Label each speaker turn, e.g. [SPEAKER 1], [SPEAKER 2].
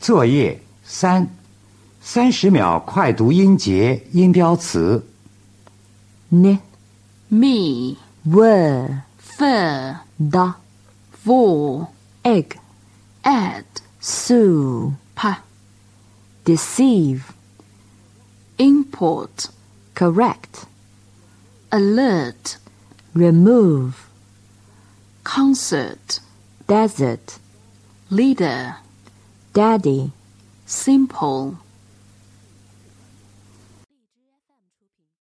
[SPEAKER 1] 作业三，三十秒快读音节、音标词。
[SPEAKER 2] ne,
[SPEAKER 3] me,
[SPEAKER 2] were,
[SPEAKER 3] fur,
[SPEAKER 2] da,
[SPEAKER 3] vor,
[SPEAKER 2] egg,
[SPEAKER 3] add,
[SPEAKER 2] sue,
[SPEAKER 3] pa,
[SPEAKER 2] deceive,
[SPEAKER 3] import,
[SPEAKER 2] correct,
[SPEAKER 3] alert,
[SPEAKER 2] remove,
[SPEAKER 3] concert,
[SPEAKER 2] desert,
[SPEAKER 3] leader,
[SPEAKER 2] daddy,
[SPEAKER 3] simple,